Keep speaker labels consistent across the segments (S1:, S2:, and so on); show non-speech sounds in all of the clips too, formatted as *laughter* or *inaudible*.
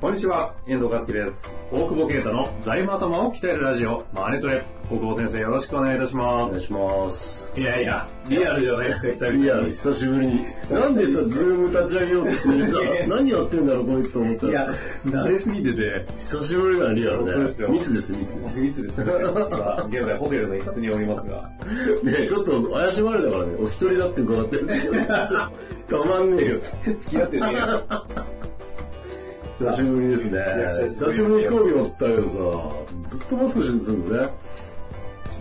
S1: こんにちは、遠藤和樹です。
S2: 大久保啓太の財務頭を鍛えるラジオ、マネトレ。大久保先生、よろしくお願いいたし
S1: お
S2: ま
S1: 願
S2: す。
S1: いします。
S2: いやいや、リアルじゃないですか、久々に。
S1: リアル、久しぶりに。なんでさ、ズーム立ち上げようとしてるさ、何やってんだろう、こいつと思った
S2: いや
S1: ら。、
S2: 慣れすぎてて。
S1: 久しぶりだ、リアル
S2: 本
S1: ね。
S2: 当ですよ
S1: 密です、密で
S2: 密ですね。まあ現在ホテルの一室におりますが。
S1: す。ねえちょっと怪しまれたからね、お一人だって伺ってる。
S2: *laughs*
S1: たまんねえよ。
S2: 付き合ってねえよ。
S1: 久しぶりですね
S2: や。
S1: 久
S2: 久
S1: し
S2: し
S1: ぶ
S2: ぶ
S1: り
S2: り
S1: に飛行機乗ったけどさ、ずっとマスクしてるんだね。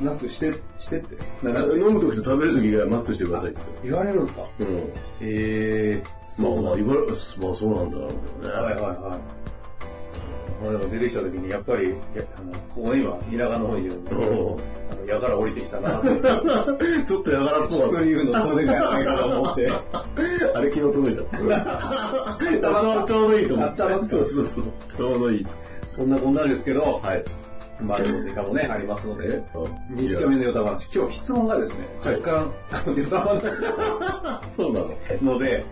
S2: マスクして、してって。なんか
S1: 飲むときと食べるときがマスクしてくださいって。
S2: 言われるんですか
S1: うん。
S2: ええ
S1: まあまあ、言われ、まあそうなんだろうけどね。
S2: はいはいはい。この間出てきた時に、やっぱり、いやあのここ今、田舎の方にいるんですけど、あのやから降りてきたなって。
S1: ちょっとやがらっぽかった。
S2: 人言うのそれがやないかと思って。
S1: あれ昨日届いた。ちょうちょうどいいと思って。
S2: あったまった
S1: そうそうそう。ちょうどいい。
S2: そんなこんなんですけど、
S1: はい。
S2: まあでも時間もね、ありますので、短
S1: 短
S2: め
S1: め
S2: のヨタ話、今日質問がですね、
S1: はい
S2: 若干、あの、ヨタ話
S1: そうなの。
S2: なので、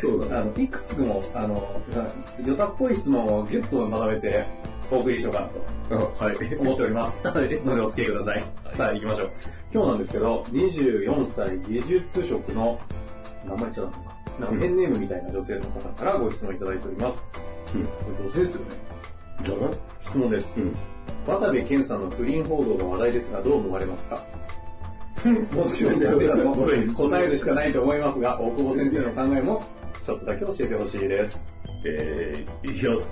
S1: そう
S2: あ
S1: な
S2: の、
S1: の。
S2: いくつも、あの、ヨタっぽい質問をギュッとまとめて、お送りしようかなと
S1: はい。
S2: 思っております。のでお付き合いください。さあ行きましょう。今日なんですけど、24歳技術職の、名前違うのかな。なんかペンネームみたいな女性の方からご質問いただいております。
S1: うん
S2: これ女性ですよね。
S1: じゃない
S2: 質問です。
S1: うん。
S2: 渡部健さんの不倫報道の話題ですが、どう思われますかもちろん *laughs* ダメだと思う答えるしかないと思いますが、大久保先生の考えも、ちょっとだけ教えてほしいです。
S1: えー、いや、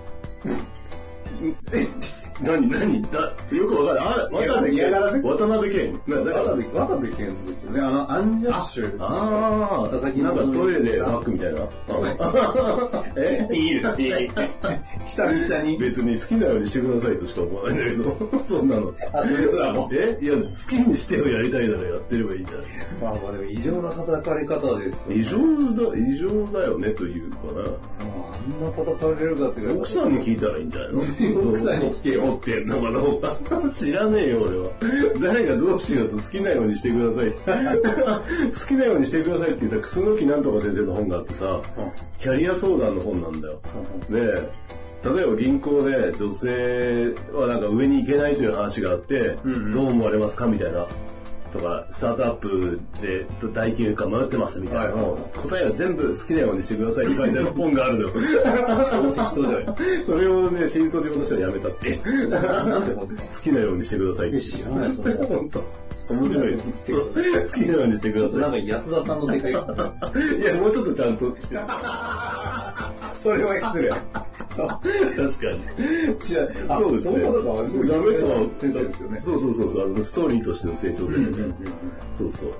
S1: え、何、何、だ、よくわかんない。あれ、渡辺
S2: 嫌がらせ
S1: 謙。渡辺謙。なだから
S2: 渡部、渡部健ですよね。あの、アンジャッシュ。
S1: ああ、
S2: 先
S1: な
S2: ほど
S1: ん
S2: の
S1: かトイレでバックみたいな。え
S2: いいですね。 *laughs* 久々に。
S1: 別に好きなようにしてくださいとしか思わないんだけど、 *laughs* そんなの。
S2: *laughs* あ、それすらも。
S1: えいや、好きにしてよやりたいならやってればいいじゃない
S2: まあまあでも異常な叩かれ方ですよね。
S1: 異常だ、異常だよねというかな。
S2: もうあんな叩かれるかっていうか
S1: 奥さんに聞いたらいいんじゃないの
S2: *laughs* 奥さんに聞けよ
S1: 持ってんのかどうか。知らねえよ、俺は。誰がどうしようと好きなようにしてください。 *laughs* 好きなようにしてくださいっていうさ、楠木なんとか先生の本があってさ、
S2: うんうん
S1: キャリア相談の本なんだよ。
S2: うん
S1: で、例えば銀行で女性はなんか上に行けないという話があって、
S2: うんうん
S1: どう思われますかみたいな。とか、スタートアップで大企業か迷ってますみたいな、
S2: はいはい
S1: 答えは全部好きなようにしてくださいって書いてある本があるの
S2: *laughs*
S1: よ。
S2: 適当じゃない
S1: それをね、真相上としてはやめたって。
S2: なんてことですか
S1: 好きなようにしてくださいって。
S2: 知らないそれ
S1: 本当。面白い。
S2: 好きなようにしてください
S1: 好きなようにしてく
S2: ちょ
S1: だ
S2: っとなん
S1: さ
S2: か安田さんの世界観ですね
S1: い。いや、もうちょっとちゃんとして。
S2: *laughs* それは
S1: *laughs*
S2: 失礼。そう。
S1: 確かに。
S2: 違う。あ
S1: そうですね。
S2: その方がすごい
S1: ダメとは
S2: 先生ですよね。
S1: そうそうそうそう、あのストーリーとしての成長ですよね。そうそう。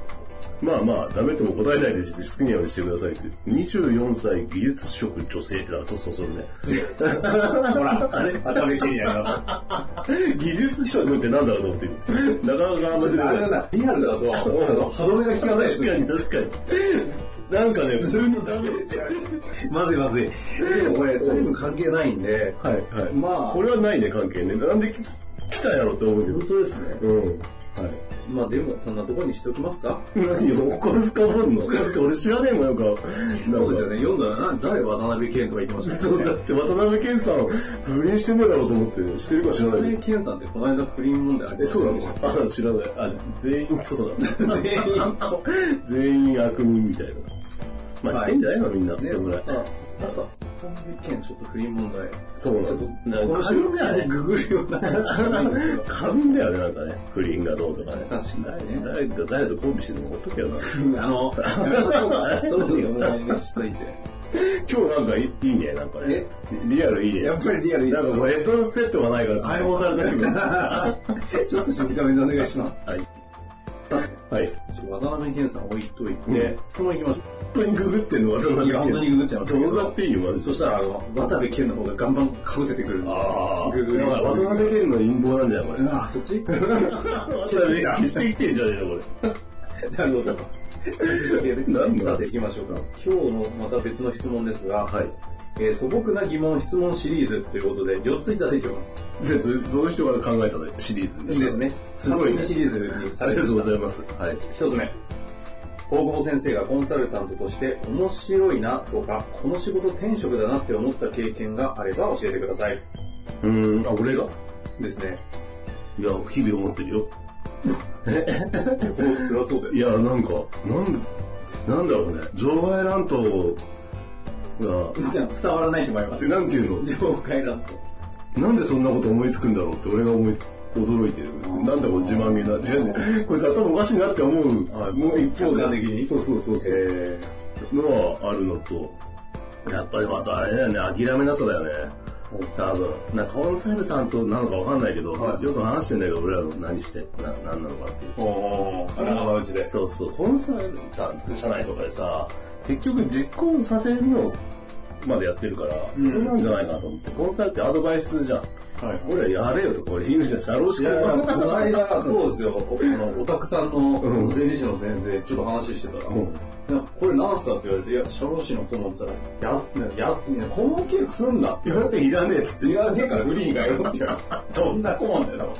S1: まあまあ、ダメとも答えないで好きなようにしてくださいっていう。24歳技術職女性ってのは、そうそうそうね。
S2: *laughs* ほら、あれ頭に気になりま
S1: *laughs* 技術職ってなんだろうと思ってる。なかなかあん
S2: す。ちょっ
S1: ま出て
S2: とあれだ
S1: こない。
S2: な、リアルだと、あの歯止めが効かないです
S1: 確
S2: ね。
S1: かに確かに。なんかね、普通にダメです
S2: まずいまずい。でもこれ、全部関係ないんで、
S1: はいはい。
S2: まあ
S1: これはないね、関係ね。なんで来来たやろって思うけど。
S2: 当ですね。
S1: うん。はい。
S2: まあでも、そんなところにしておきますか
S1: 何よ、これ深掘んのだって俺知らねえもん、なんか。
S2: そうですよね。読んだら、な誰渡辺謙とか言ってました
S1: そ
S2: よ
S1: う、
S2: ね
S1: だって渡辺謙さん、不倫してんのだろうと思って、してるか知ら
S2: 渡
S1: な
S2: 辺
S1: い。
S2: 謙さんってこの間不倫問題ありま
S1: え、
S2: した
S1: そう
S2: よ
S1: な
S2: ね
S1: のあ、知らない。あ、全員そうだ。
S2: 全員そう
S1: 全員悪人みたいな。まあ、
S2: はい
S1: してんじゃないのみんな、そ
S2: ね
S1: れぐらい。
S2: あなんか、渡辺謙ちょっと不倫問題。
S1: そうな
S2: ちょっと、
S1: の。
S2: こ
S1: な
S2: の
S1: んか過
S2: 収
S1: 敏
S2: 録
S1: だよね。
S2: ググるような話じゃないんですけど。
S1: 過敏だよね、なんかね。不倫がどうとかね。
S2: 確かにね
S1: 誰か、誰とコンビしてるのほっとけよ
S2: *laughs*
S1: な。
S2: あの、そろそろお願いしといて。
S1: 今日なんかいいいいね、なんかね。リアルいいね。
S2: やっぱりリアルいいね
S1: なんかこうヘッ
S2: *laughs*
S1: ドセットがないから解放された気分。は
S2: ちょっと静かめでお願いします。
S1: い。
S2: ったね。
S1: はい。
S2: ちょっと渡辺謙さん置いといて。
S1: ね
S2: そのまま行きます。
S1: 本当にググってんの
S2: い
S1: 渡辺
S2: や本当にググっちゃいましたけ
S1: どうだっていいよ、マジで
S2: そ。したら、あの、渡辺謙の方がガンバン被せてくるんで。
S1: ああ、
S2: ググ
S1: だ
S2: る。
S1: から渡辺謙の陰謀なんじゃないこれ。
S2: ああ、そっ *laughs* ち
S1: 渡辺謙消してきてんじゃねえの、これ。
S2: なるほど。
S1: 何の話
S2: さて行きましょうか。今日のまた別の質問ですが、
S1: はい。
S2: えー素朴な疑問質問シリーズということで、4ついただいてます。
S1: で、そその人が考えたのシリーズでした
S2: ですね。
S1: すごいね
S2: シリーズにさ
S1: あ
S2: れ
S1: り
S2: て
S1: が
S2: ま
S1: とう
S2: した
S1: ございます。はい。
S2: 一つ目。大久保先生がコンサルタントとして面白いなとか、この仕事転職だなって思った経験があれば教えてください。
S1: うーん、あ、俺が
S2: ですね。
S1: いや、日々思ってるよ。
S2: すごく辛そうだよ。
S1: いや、なんか、なんで、なんだろうね。場外乱闘が、
S2: じゃあ伝わらないと思いますよ。
S1: なんていう
S2: 上海なんと。
S1: の、なんでそんなこと思いつくんだろうって俺が思い、驚いてる。なんだこれ自慢げな。違う違う。これ頭おかしいなって思う。
S2: はい
S1: もう一方
S2: 客観的に
S1: そうそうそうそう。
S2: え
S1: のはあるのと、やっぱりまたあれだよね、諦めなさだよね。多分。な、コンサルタントなのかわかんないけど、
S2: はい
S1: よく話してんだけど、俺らの何して、な、何なのかっていう。
S2: ー、おー、仲間内で。
S1: そうそう、コンサルタント社内とかでさ、結局実行させるのまでやってるから、
S2: う
S1: そ
S2: ん
S1: れなんじゃないかなと思って、コンサルってアドバイスじゃん。
S2: はい
S1: 俺らやれよとか俺言うじゃん、社労
S2: い
S1: 士
S2: やいや、この間、
S1: そ
S2: そう
S1: う
S2: ですよ、あの、オタクさん
S1: うん
S2: の税理士の先生、ちょっと話してたら、
S1: うん
S2: いやこれ何すかって言われて、いや、社労士の顧問って言ったら、や、や、いや顧問契約すんだって言われて、
S1: いらねえっつって。
S2: いや、ねえからフリーがよって言われて、どんな顧問だよ、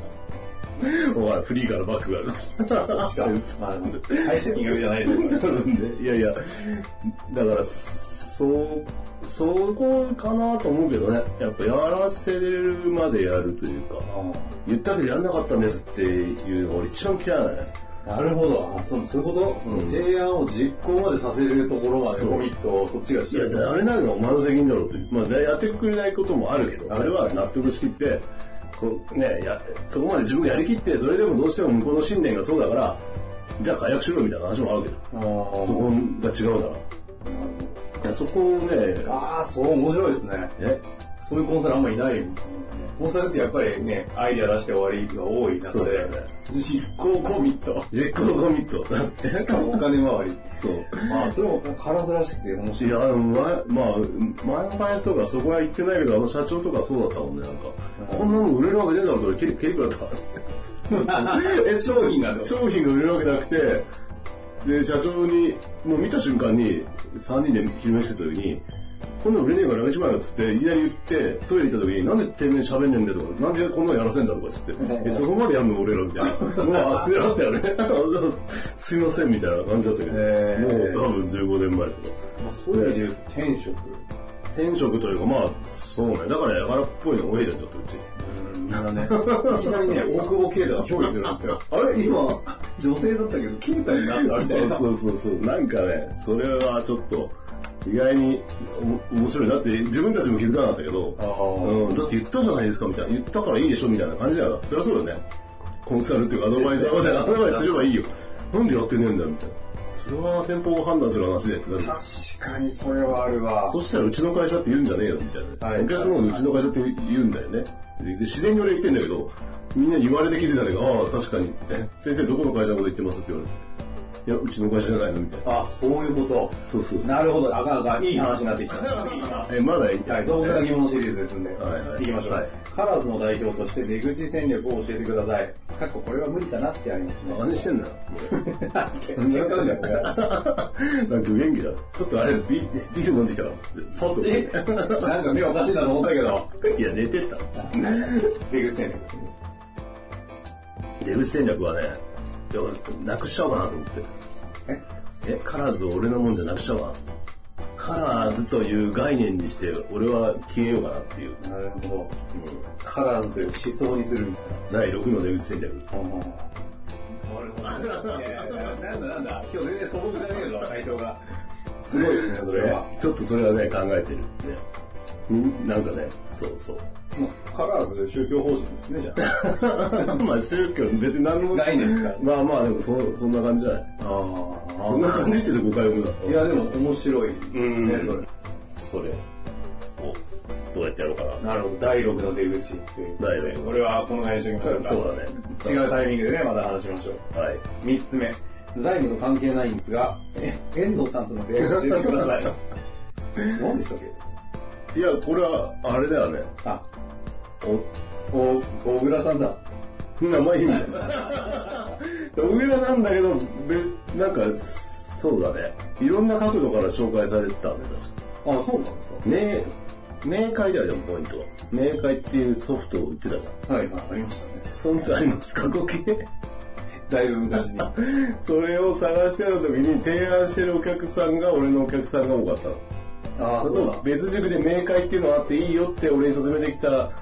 S1: お前、フリーからバックがある。
S2: 確かに。まあ、会社員よりじゃないですよ。 *laughs*
S1: なるん *laughs* で、いやいや、だから、そう、そこかなと思うけどね、やっぱやらせるまでやるというか、言ったけどやんなかったんですっていうのが俺一番嫌いだね。
S2: なるほど。あそうそういうことその
S1: うん
S2: 提案を実行までさせるところまで
S1: そう
S2: コミットをそっちがし
S1: い
S2: て
S1: や、
S2: ると。
S1: あれなんかお前の責任だろうという。まあ、やってくれないこともあるけど、あれは納得しきって、こうね、や、そこまで自分がやりきって、それでもどうしても向こうの信念がそうだから、じゃあ解約しろみたいな話もあるけど、
S2: あー
S1: そこが違うから。いや、そこをね、
S2: あー、そう、面白いですね。
S1: え、
S2: そういうコンサルあんまいないもんね。コンサルってやっぱりね、アイデア出して終わりが多い
S1: そ
S2: 中
S1: うだよ
S2: で、
S1: ね。
S2: 実行コミット。
S1: 実行コミット。だって
S2: しかもお金回り。
S1: そう。
S2: まあ、それもカラスらしくて面
S1: いや、でも前、まあ、前の会社とかそこは行ってないけど、あの社長とかそうだったもんね、なんか。こんなの売れるわけねえだろ、これ、結構だっ
S2: い。 *laughs* え、商品が
S1: た。商品が売れるわけなくて、で、社長に、もう見た瞬間に、3人で昼飯食った時に、こんなの売れねえからやめちまえよっつって、いきなり言って、トイレ行った時に、なんでてめえ喋んねえんだよとか、なんでこんなのやらせんだとかっつって、え、そこまでやんの俺らみたいな。もう、あ、すいませんだよね。すいませんみたいな感じだったけど、も
S2: へえ
S1: う多分15年前とか。
S2: まあそういう意味で言うと転職。
S1: 転職というか、まあ、そうね。だから、やからっぽいの多いじゃん、ちょっとうち。
S2: うん、なんね、 *laughs* いきなりね、大久保啓太が憑依するんですよ。あれ今、女性だったけど、啓太になったみたいな。
S1: そうそうそうそう。なんかね、それはちょっと、意外にお面白いなって、自分たちも気づかなかったけど、うん、だって言ったじゃないですか、みたいな。言ったからいいでしょ、みたいな感じだから。そりゃそうだよね。コンサルっていうか、アドバイザーまでアドバイスすればいいよ。なんでやってねえんだよ、みたいな。それは先方が判断する話でってなる。
S2: 確かにそれはあるわ。
S1: そしたらうちの会社って言うんじゃねえよみたいな。
S2: はい
S1: お客様のうちの会社って言うんだよね。で自然に俺言ってんだけど、みんな言われて聞いてたんだけど、ああ、確かに。え先生どこの会社のこと言ってますって言われて。いや、うちの会社じゃないのみたいな。
S2: あ、そういうこ
S1: そうそう
S2: と。
S1: そう。
S2: なるほど。あかんあかん。いい話になってきた。いい話
S1: え、まだい
S2: はい、素朴な疑問シリーズですんで、
S1: はいはい
S2: 行きましょう、
S1: はい
S2: カラーズの代表として出口戦略を教えてください。かっここれは無理かなってあります *laughs* ね。
S1: 何してん *laughs* だよ。
S2: 喧嘩じゃんこれ
S1: なんか元気だ。ちょっとあれ、ビビール飲んできたから。
S2: そっち *laughs* なんか目おかしいなと思ったけど。
S1: いや、寝てった。
S2: 出口戦略ですね。
S1: 出口戦略はね、いや俺なくしちゃおうかなと思って。
S2: え
S1: え、カラーズを俺のもんじゃなくしちゃうわ。カラーズという概念にして、俺は消えようかなっていう。
S2: なるほど。カラーズという思想にするみたい
S1: 第6の出口戦略。
S2: な。なるほど。いやいやなんだなんだ。今日全然素朴じゃねえぞ、回答が。すごいですね、そ *laughs* れは。
S1: ねちょっと *laughs* それはね、考えてる。ねうんなんかね、そうそう。
S2: もうカラーズという宗教方針ですね、じゃあ。 *laughs*
S1: まあ宗教、別に何も。
S2: 概念ですから
S1: まあまあ、でもそそんな感じじゃない。
S2: ああ。
S1: そんな感じって言うと誤解を生むな。
S2: いや、でも面白いですね、
S1: うん
S2: それ。
S1: それ。こう、どうやってやろうかな。
S2: なるほど、第6の出口っていう。
S1: 第六
S2: これはこの内緒にしましょうか。
S1: そうだね
S2: 違うタイミングでね、また話しましょう。
S1: はい。
S2: 3つ目。財務と関係ないんですが、え遠藤さんとの出会いを教えてください。 *laughs* 何でしたっけ
S1: いや、これは、あれだよね。
S2: あ、お、お、大倉さんだ。
S1: 名前いいんだよ。上田なんだけど、べなんか、そうだね。いろんな角度から紹介されてたんだよ、確
S2: あ、
S1: か
S2: そうなんですか
S1: 名、名会だよ、でもポイントは。名会っていうソフトを売ってたじゃん。
S2: はい、ありましたね。
S1: そんなあります過去形
S2: だいぶ昔に。あ
S1: それを探してた時に提案してるお客さんが俺のお客さんが多かったの。
S2: あ、
S1: そ
S2: そうう
S1: そ
S2: だ。
S1: う別塾で明快っていうのがあっていいよって俺に勧めてきた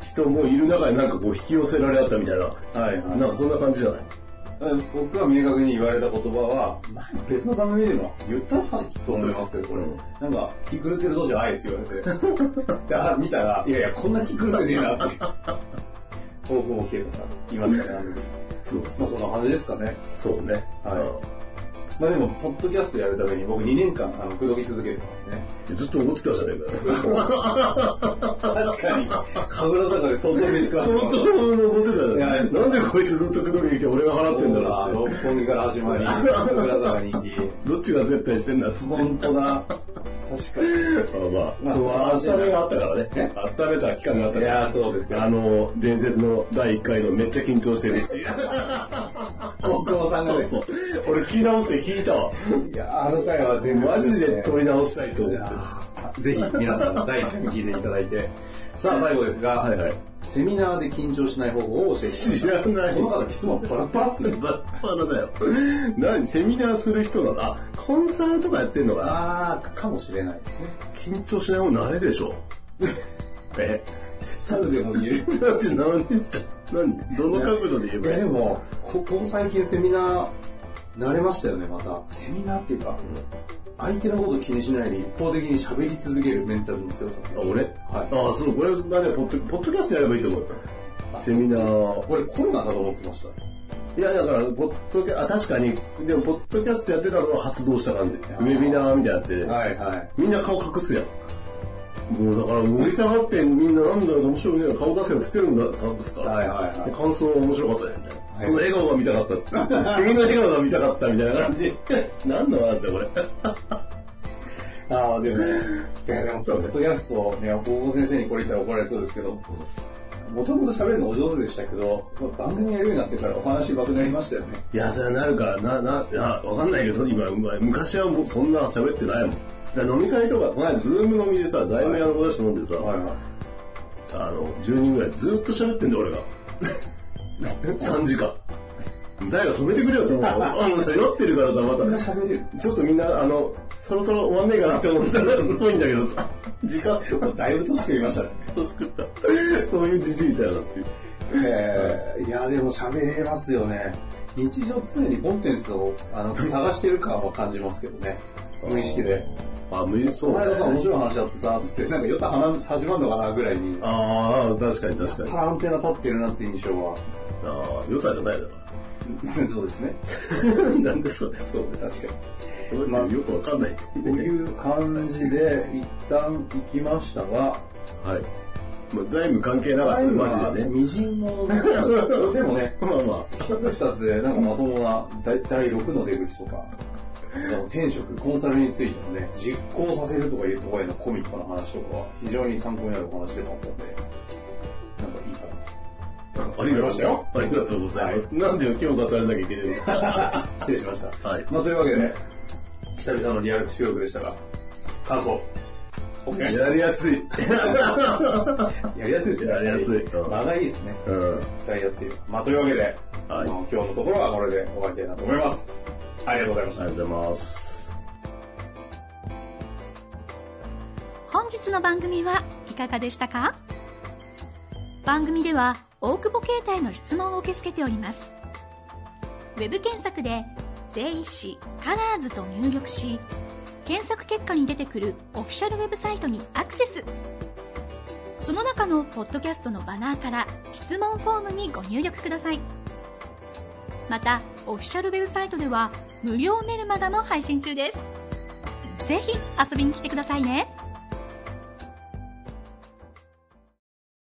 S1: 人もいる中でなんかこう引き寄せられ合ったみたいな。
S2: はい、はい。
S1: なんかそんな感じじゃない
S2: 僕は明確に言われた言葉は、前別の番組でも言ったと思いますけど、これ。
S1: うん
S2: なんか、気狂ってる同士は愛って言われ *laughs* て。で、あ、見たら、いやいや、こんな気狂ってねえなって。高校啓太さん、言いましたね、あの時。
S1: そう
S2: まあ、そんな感じですかね。
S1: そうね。
S2: はまあでも、ポッドキャストやるために僕2年間、あの、口説き続けてますね。
S1: い。ずっと怒ってたじゃねえ
S2: *laughs* 確かに、神楽坂で相当飯食わせてもらったい
S1: かよ。相当怒ってた
S2: や
S1: よ。なんでこいつずっとくどきに来て俺が払ってんだろう
S2: 六本木から始まり、神楽坂に行き、
S1: って。どっちが絶対してんだっつって。
S2: 本当だ。確かに。
S1: まあま
S2: ま
S1: あ、
S2: あ
S1: そう、
S2: そう
S1: 温めがあったからね
S2: え。
S1: 温めた期間があったから。
S2: いやーそうですよ
S1: あの、伝説の第1回のめっちゃ緊張してるっていう。
S2: 大久保さんがね
S1: そうそう。俺聞き直して引いたわ。
S2: いや、あの回は全
S1: マジで
S2: と
S1: 取り直したいと思って。
S2: ぜひ皆さん第1回聞いていただいて。さあ最後ですが、
S1: はいはい。
S2: セミナーで緊張しない方法を教えて
S1: 知らない
S2: この方質問バラバラっすね。
S1: バッバラだよ。何セミナーする人なのあ、コンサルとかやってんのかな
S2: あー、かもしれないですね。
S1: 緊張しないもん慣れでし
S2: *laughs*
S1: ょ。え *laughs*
S2: 猿でも見る。
S1: だって何で何どの角度で言え
S2: い
S1: ば
S2: や
S1: いい
S2: で
S1: の
S2: も、ここ最近セミナー、慣れましたよね、また。セミナーっていうか、相手のこと気にしないで一方的に喋り続けるメンタルの強さ。
S1: あ、俺
S2: はい。
S1: あ、そう、これ、まあね、ポッドポッドキャストやればいいと思う。
S2: あ
S1: セミナー。
S2: これコロナだと思ってました。
S1: いや、だから、ポッドキャあ、確かに、でも、ポッドキャストやってたのは発動した感じ。ウ
S2: ー
S1: ェビナーみたいなのやって、
S2: はいはい。
S1: みんな顔隠すやん。もうだから、盛り下がってみんななんだろう面白いね。顔出せば捨てるんだったんですから。
S2: はいはいはい
S1: で感想は面白かったですね。
S2: はい
S1: その笑顔が見た
S2: *laughs*
S1: かったって。みんな笑顔が見たかったみたいな感じ。 *laughs* 何の話だこれ。
S2: ああ、でも、いやでも、ポッドキャスト、ね、高校先生にこれ言ったら怒られそうですけど、もともと喋るのお上手でしたけど、番組やるようになってからお話上手くなりましたよね。
S1: いや、それはなるから、な、な、いや、わかんないけど、今、うまい昔はもうそんな喋ってないもん。だから飲み会とか、この間、ズーム飲みでさ、財務屋の子たちと飲んでさ、
S2: はい。
S1: あの、10人ぐらいずっと喋ってんだよ、俺が。3時間。誰か止めてくれよと思う。
S2: *laughs*
S1: あのさ、酔ってるからさ、
S2: みんな
S1: ま
S2: 喋れる。
S1: た。ちょっとみんな、あの、そろそろ終わんねえかなって思ったら、多いんだけどさ、時間、ちょっと
S2: だいぶ年食いましたね。
S1: 作った。そういうじじいだよなっていう。
S2: えーいや、でも喋れますよね。日常常にコンテンツをあの探してる感は感じますけどね。無意識で。。
S1: あ、無意識
S2: こ
S1: そう
S2: の
S1: だ
S2: 間さ、面
S1: ね。
S2: 白い話あってさ、つって、なんかよた話始まるのかなぐらいに、
S1: ああ、確かに確かに。
S2: パラアンテナ立ってるなって印象は。
S1: ああ、よかじゃないだろ。
S2: *laughs* そうですね。
S1: なんでそれ、そう。
S2: 確かに。
S1: まあ、よくわかんない。
S2: という感じで、一旦行きましたが、
S1: はい。まあ、財務関係なかったね、マジでね。
S2: みじんも、でもね、
S1: まあまあ。
S2: 一つ二つで、なんかまともな、第6の出口とか、あの転職、コンサルについてのね、実行させるとかいうところへのコミックの話とかは、非常に参考になるお話でもあったんで、なんかいいか
S1: ありがとうございます。ありがとうございます。なんで今日出されなきゃいけないの
S2: *laughs* な。失礼しました。
S1: はい。
S2: まあ、というわけで、久々のリアル収録でしたが、感想、お願いしま
S1: やりやすい。
S2: す。やりやすいですね。
S1: やりやすいうん
S2: 間がいいですね。
S1: うん。
S2: 使いやすい。まあ、というわけで、
S1: はい
S2: まあ今日のところはこれで終わりたいなと思います。ありがとうございました
S1: あ。りがとうございます。
S3: 本日の番組はいかがでしたか番組では大久保携帯の質問を受け付けておりますウェブ検索で「税理士カラーズと入力し検索結果に出てくるオフィシャルウェブサイトにアクセスその中のポッドキャストのバナーから質問フォームにご入力くださいまたオフィシャルウェブサイトでは無料メルマガも配信中ですぜひ遊びに来てくださいね